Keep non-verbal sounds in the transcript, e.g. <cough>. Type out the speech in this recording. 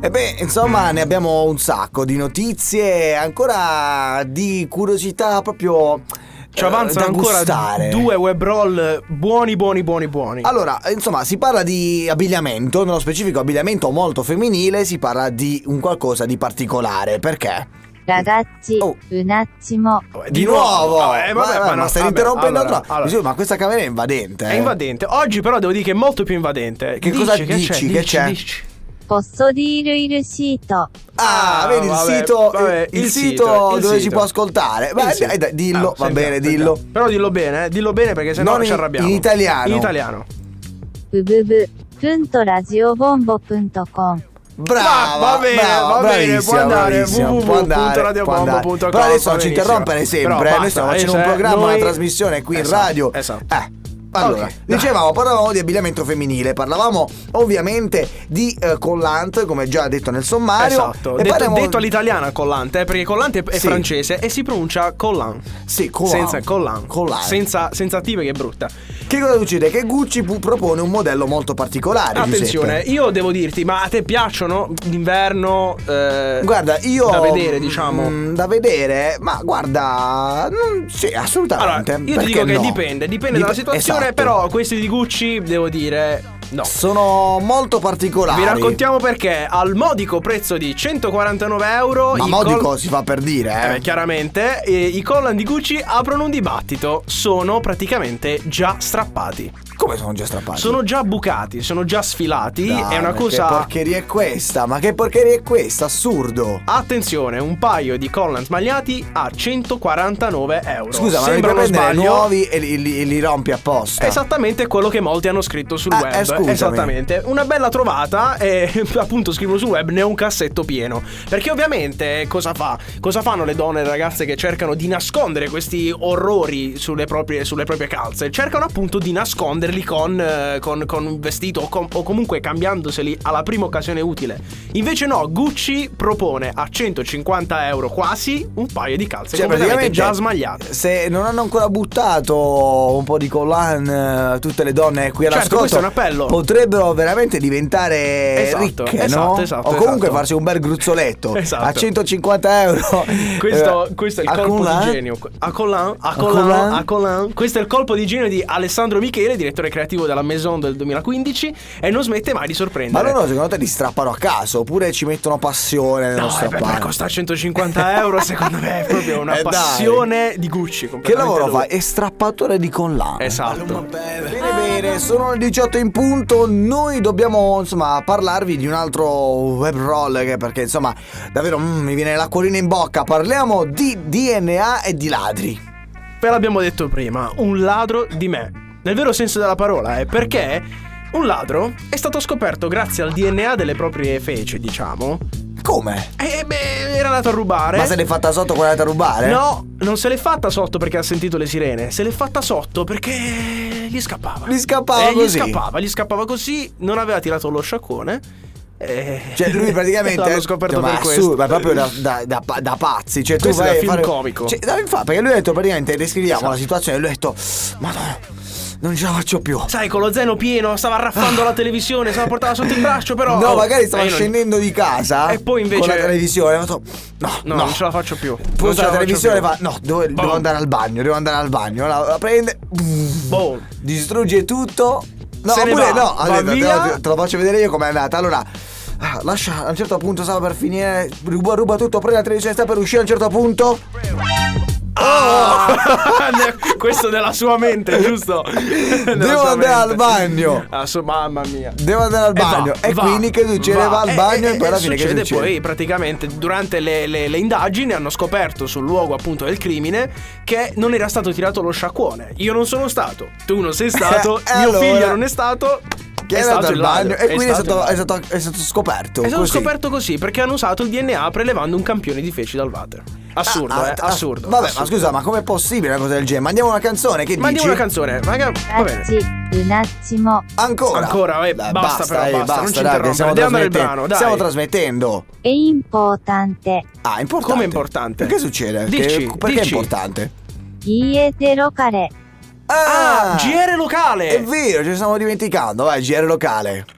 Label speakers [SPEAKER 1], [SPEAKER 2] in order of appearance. [SPEAKER 1] E beh, insomma, ne abbiamo un sacco di notizie, ancora di curiosità proprio.
[SPEAKER 2] Ci
[SPEAKER 1] eh, da
[SPEAKER 2] avanzano ancora
[SPEAKER 1] gustare.
[SPEAKER 2] due web roll buoni, buoni, buoni, buoni.
[SPEAKER 1] Allora, insomma, si parla di abbigliamento, nello specifico abbigliamento molto femminile, si parla di un qualcosa di particolare. Perché?
[SPEAKER 3] Ragazzi,
[SPEAKER 1] Oh.
[SPEAKER 3] un attimo.
[SPEAKER 1] Di, nuovo! Ah,
[SPEAKER 2] Vabbè, Ah, eh, vabbè,
[SPEAKER 1] ma, ma
[SPEAKER 2] no,
[SPEAKER 1] stai
[SPEAKER 2] vabbè,
[SPEAKER 1] interrompendo
[SPEAKER 2] allora,
[SPEAKER 1] troppo.
[SPEAKER 2] allora.
[SPEAKER 1] Gesù, ma questa camera è invadente.
[SPEAKER 2] È
[SPEAKER 1] eh.
[SPEAKER 2] invadente. Oggi però devo dire che è molto più invadente.
[SPEAKER 1] Che
[SPEAKER 2] Dici,
[SPEAKER 1] cosa
[SPEAKER 2] che
[SPEAKER 1] dici?
[SPEAKER 2] C'è?
[SPEAKER 1] Che
[SPEAKER 2] Dici,
[SPEAKER 1] c'è?
[SPEAKER 2] dici.
[SPEAKER 3] Posso dire il sito?
[SPEAKER 1] Ah,
[SPEAKER 2] Ah,
[SPEAKER 1] vedi il
[SPEAKER 2] vabbè,
[SPEAKER 1] sito,
[SPEAKER 2] vabbè,
[SPEAKER 1] il,
[SPEAKER 2] il
[SPEAKER 1] sito,
[SPEAKER 2] sito, il
[SPEAKER 1] dove si
[SPEAKER 2] sito.
[SPEAKER 1] può ascoltare. Beh,
[SPEAKER 2] Il sito.
[SPEAKER 1] Eh, dai, dai, dillo,
[SPEAKER 2] Ah,
[SPEAKER 1] va
[SPEAKER 2] sentiamo,
[SPEAKER 1] bene,
[SPEAKER 2] sentiamo.
[SPEAKER 1] dillo.
[SPEAKER 2] Però dillo bene, eh, dillo bene perché sennò
[SPEAKER 1] Non
[SPEAKER 2] ci
[SPEAKER 1] in-
[SPEAKER 2] arrabbiamo.
[SPEAKER 1] in italiano.
[SPEAKER 2] In italiano.
[SPEAKER 3] www.radiobombo.com
[SPEAKER 1] Brava,
[SPEAKER 2] Va- va bene,
[SPEAKER 1] brava,
[SPEAKER 2] va bene,
[SPEAKER 1] bravissima,
[SPEAKER 2] può andare,
[SPEAKER 1] bravissima, può
[SPEAKER 2] www.radiobombo.com,
[SPEAKER 1] andare, può andare.
[SPEAKER 2] va
[SPEAKER 1] Però adesso non ci
[SPEAKER 2] benissimo.
[SPEAKER 1] interrompere sempre, eh,
[SPEAKER 2] Però
[SPEAKER 1] noi
[SPEAKER 2] basta,
[SPEAKER 1] stiamo facendo
[SPEAKER 2] eh,
[SPEAKER 1] un
[SPEAKER 2] cioè,
[SPEAKER 1] programma,
[SPEAKER 2] noi-
[SPEAKER 1] una trasmissione qui in
[SPEAKER 2] Esatto,
[SPEAKER 1] radio.
[SPEAKER 2] esatto.
[SPEAKER 1] Eh, Allora,
[SPEAKER 2] Ok.
[SPEAKER 1] dicevamo, parlavamo di abbigliamento femminile, parlavamo ovviamente di eh, collant, come già detto nel sommario.
[SPEAKER 2] Esatto,
[SPEAKER 1] e
[SPEAKER 2] detto,
[SPEAKER 1] parliamo-
[SPEAKER 2] detto all'italiana collante, eh, perché collante è
[SPEAKER 1] Sì.
[SPEAKER 2] francese e si pronuncia collan.
[SPEAKER 1] Sì, collant.
[SPEAKER 2] Senza collan.
[SPEAKER 1] Collant.
[SPEAKER 2] Senza, senza T perché è brutta.
[SPEAKER 1] Che cosa succede? Che Gucci pu- propone un modello molto particolare.
[SPEAKER 2] Attenzione,
[SPEAKER 1] Eh, Giuseppe.
[SPEAKER 2] io devo dirti, ma a te piacciono d'inverno? eh,
[SPEAKER 1] Guarda, io.
[SPEAKER 2] Da vedere, diciamo.
[SPEAKER 1] mm, da vedere, ma guarda. mm, sì,
[SPEAKER 2] Allora,
[SPEAKER 1] assolutamente.
[SPEAKER 2] io ti
[SPEAKER 1] perché
[SPEAKER 2] dico che
[SPEAKER 1] no?
[SPEAKER 2] dipende, dipende
[SPEAKER 1] Dip-
[SPEAKER 2] dalla situazione,
[SPEAKER 1] esatto.
[SPEAKER 2] però questi di Gucci devo dire no.
[SPEAKER 1] Sono molto particolari.
[SPEAKER 2] Vi raccontiamo perché al modico prezzo di 149 euro
[SPEAKER 1] Ma
[SPEAKER 2] i
[SPEAKER 1] modico
[SPEAKER 2] col-
[SPEAKER 1] si fa per dire,
[SPEAKER 2] Eh
[SPEAKER 1] eh.
[SPEAKER 2] beh, chiaramente eh, i collan di Gucci aprono un dibattito, sono praticamente già strappati.
[SPEAKER 1] Come sono già strappati?
[SPEAKER 2] Sono già bucati, sono già sfilati,
[SPEAKER 1] Dai,
[SPEAKER 2] è una
[SPEAKER 1] ma
[SPEAKER 2] cosa
[SPEAKER 1] Che porcheria è questa? Ma che porcheria è questa? Assurdo.
[SPEAKER 2] Attenzione, un paio di collan smagliati a 149 euro.
[SPEAKER 1] Scusa, ma devi
[SPEAKER 2] Sembra uno
[SPEAKER 1] prendere
[SPEAKER 2] sbaglio. Esatto,
[SPEAKER 1] nuovi e li, li- li rompi apposta.
[SPEAKER 2] Esattamente quello che molti hanno scritto sul
[SPEAKER 1] Ah,
[SPEAKER 2] web.
[SPEAKER 1] eh, scusami.
[SPEAKER 2] Esattamente. Una bella trovata e <laughs> appunto scrivono sul web ne ho un cassetto pieno. Perché ovviamente cosa fa? Cosa fanno le donne e le ragazze che cercano di nascondere questi orrori sulle proprie, sulle proprie calze? Cercano appunto di nasconderli con, eh, con- con un vestito o, com- o comunque cambiandoseli alla prima occasione utile. Invece no, Gucci propone a 150 euro quasi un paio di calze
[SPEAKER 1] Cioè,
[SPEAKER 2] completamente
[SPEAKER 1] praticamente
[SPEAKER 2] già smagliate.
[SPEAKER 1] Se non hanno ancora buttato un po' di collan eh, tutte le donne qui
[SPEAKER 2] Certo,
[SPEAKER 1] all'ascolto
[SPEAKER 2] questo è un appello.
[SPEAKER 1] Potrebbero veramente diventare
[SPEAKER 2] Esatto,
[SPEAKER 1] ricche,
[SPEAKER 2] esatto,
[SPEAKER 1] no?
[SPEAKER 2] esatto,
[SPEAKER 1] o comunque
[SPEAKER 2] esatto.
[SPEAKER 1] farsi un bel gruzzoletto
[SPEAKER 2] <laughs> Esatto.
[SPEAKER 1] a 150 euro. <laughs>
[SPEAKER 2] Questo,
[SPEAKER 1] Eh,
[SPEAKER 2] questo è il
[SPEAKER 1] a
[SPEAKER 2] colpo
[SPEAKER 1] collan?
[SPEAKER 2] di genio. A Collan, a
[SPEAKER 1] A
[SPEAKER 2] Collan,
[SPEAKER 1] Collan?
[SPEAKER 2] a Collan. Questo è il colpo di genio di Alessandro Michele, direttore creativo della Maison del 2015, e non smette mai di
[SPEAKER 1] Ma
[SPEAKER 2] sorprendere.
[SPEAKER 1] loro secondo te li strappano a caso oppure ci mettono passione nello
[SPEAKER 2] No, eh, beh,
[SPEAKER 1] strappare?
[SPEAKER 2] per costare 150 euro, secondo me è proprio una
[SPEAKER 1] <laughs> Eh, dai.
[SPEAKER 2] passione di Gucci.
[SPEAKER 1] Che
[SPEAKER 2] completamente
[SPEAKER 1] lavoro
[SPEAKER 2] loro.
[SPEAKER 1] fa? È strappatore di collana.
[SPEAKER 2] Esatto.
[SPEAKER 1] Bene, bene, sono le 18 in punto. Noi dobbiamo, insomma, parlarvi di un altro web roll. che- perché, insomma, davvero mm, mi viene l'acquolina in bocca. Parliamo di DNA e di ladri.
[SPEAKER 2] Ve l'abbiamo detto prima, un ladro di me. Nel vero senso della parola, eh, perché un ladro è stato scoperto grazie al DNA delle proprie feci, diciamo.
[SPEAKER 1] Come?
[SPEAKER 2] E beh, era andato a rubare.
[SPEAKER 1] Ma se l'hai fatta sotto quella andata a rubare?
[SPEAKER 2] No, non se l'è fatta sotto perché ha sentito le sirene, se l'è fatta sotto perché gli scappava.
[SPEAKER 1] Gli scappava
[SPEAKER 2] Eh,
[SPEAKER 1] così.
[SPEAKER 2] Gli scappava, gli scappava così, non aveva tirato lo sciaccone. eh,
[SPEAKER 1] Cioè,
[SPEAKER 2] <laughs>
[SPEAKER 1] lui praticamente. Cioè,
[SPEAKER 2] L'hanno scoperto
[SPEAKER 1] ma
[SPEAKER 2] per
[SPEAKER 1] assurdo,
[SPEAKER 2] questo.
[SPEAKER 1] ma proprio da, da- da pa- da pazzi. Cioè,
[SPEAKER 2] Questo
[SPEAKER 1] tu vai
[SPEAKER 2] è da
[SPEAKER 1] a
[SPEAKER 2] film
[SPEAKER 1] fare...
[SPEAKER 2] comico.
[SPEAKER 1] Cioè, da- infatti, perché lui ha detto praticamente, descriviamo
[SPEAKER 2] Esatto.
[SPEAKER 1] la situazione. Lui ha detto, Madonna, non ce la faccio più.
[SPEAKER 2] Sai, con lo zaino pieno, stava arraffando la televisione, se la portava sotto il braccio, però.
[SPEAKER 1] No,
[SPEAKER 2] oh,
[SPEAKER 1] magari stava
[SPEAKER 2] eh, io non-
[SPEAKER 1] scendendo di casa
[SPEAKER 2] E poi invece-
[SPEAKER 1] con la televisione. ho detto, no,
[SPEAKER 2] No,
[SPEAKER 1] no,
[SPEAKER 2] non ce la Boh. faccio più.
[SPEAKER 1] Poi
[SPEAKER 2] Non ce
[SPEAKER 1] la
[SPEAKER 2] faccio
[SPEAKER 1] televisione
[SPEAKER 2] più.
[SPEAKER 1] fa: No, devo, devo
[SPEAKER 2] Boom.
[SPEAKER 1] andare al bagno, devo andare al bagno. La, la prende,
[SPEAKER 2] Boom. <laughs>
[SPEAKER 1] distrugge tutto. No,
[SPEAKER 2] Se ne
[SPEAKER 1] oppure
[SPEAKER 2] va,
[SPEAKER 1] no,
[SPEAKER 2] va
[SPEAKER 1] aspetta, te
[SPEAKER 2] via.
[SPEAKER 1] lo- te lo faccio vedere io com'è andata. Allora, ah, lascia a un certo punto, stava per finire, ruba, ruba tutto, prende la televisione, sta per uscire a un certo punto.
[SPEAKER 2] Ne- Questo nella sua mente, giusto? Nella
[SPEAKER 1] Devo
[SPEAKER 2] sua
[SPEAKER 1] andare al bagno.
[SPEAKER 2] Ah, su- mamma mia.
[SPEAKER 1] Devo andare al
[SPEAKER 2] E
[SPEAKER 1] bagno.
[SPEAKER 2] va,
[SPEAKER 1] E,
[SPEAKER 2] va, Eh,
[SPEAKER 1] quindi che succede? Va, al bagno e, poi alla fine che
[SPEAKER 2] succede
[SPEAKER 1] succede?
[SPEAKER 2] poi praticamente durante le, le- le indagini hanno scoperto sul luogo appunto del crimine che non era stato tirato lo sciacquone. Io non sono stato, tu non sei stato,
[SPEAKER 1] <laughs> E
[SPEAKER 2] mio
[SPEAKER 1] allora?
[SPEAKER 2] figlio non è stato.
[SPEAKER 1] Che
[SPEAKER 2] è
[SPEAKER 1] era
[SPEAKER 2] stato
[SPEAKER 1] andato
[SPEAKER 2] il
[SPEAKER 1] al bagno
[SPEAKER 2] ladro,
[SPEAKER 1] e quindi è
[SPEAKER 2] stato il
[SPEAKER 1] stato,
[SPEAKER 2] ladro.
[SPEAKER 1] è stato, è stato scoperto.
[SPEAKER 2] È stato
[SPEAKER 1] così.
[SPEAKER 2] scoperto così perché hanno usato il DNA prelevando un campione di feci dal water. Assurdo,
[SPEAKER 1] Ah, ah,
[SPEAKER 2] eh,
[SPEAKER 1] ah,
[SPEAKER 2] assurdo.
[SPEAKER 1] Vabbè,
[SPEAKER 2] assurdo.
[SPEAKER 1] ma scusa, ma com'è possibile una cosa del genere? Mandiamo una canzone, che dici? Ah.
[SPEAKER 2] Mandiamo una canzone, raga, va bene.
[SPEAKER 3] Ragazzi, un attimo.
[SPEAKER 1] Ancora?
[SPEAKER 2] Ancora, eh,
[SPEAKER 1] Dai,
[SPEAKER 2] basta però,
[SPEAKER 1] eh,
[SPEAKER 2] basta,
[SPEAKER 1] dai,
[SPEAKER 2] non ci
[SPEAKER 1] che
[SPEAKER 2] interrompere,
[SPEAKER 1] stiamo
[SPEAKER 2] andiamo nel
[SPEAKER 1] trasmettendo-
[SPEAKER 2] brano, dai.
[SPEAKER 1] Stiamo trasmettendo.
[SPEAKER 3] È importante.
[SPEAKER 1] Ah, importante.
[SPEAKER 2] Come importante?
[SPEAKER 1] Perché succede?
[SPEAKER 2] Dici,
[SPEAKER 1] Che- perché
[SPEAKER 2] dici.
[SPEAKER 1] è importante?
[SPEAKER 3] Ietero care.
[SPEAKER 2] Ah, GR locale.
[SPEAKER 1] È vero, ce ne stiamo dimenticando. Vai, GR locale.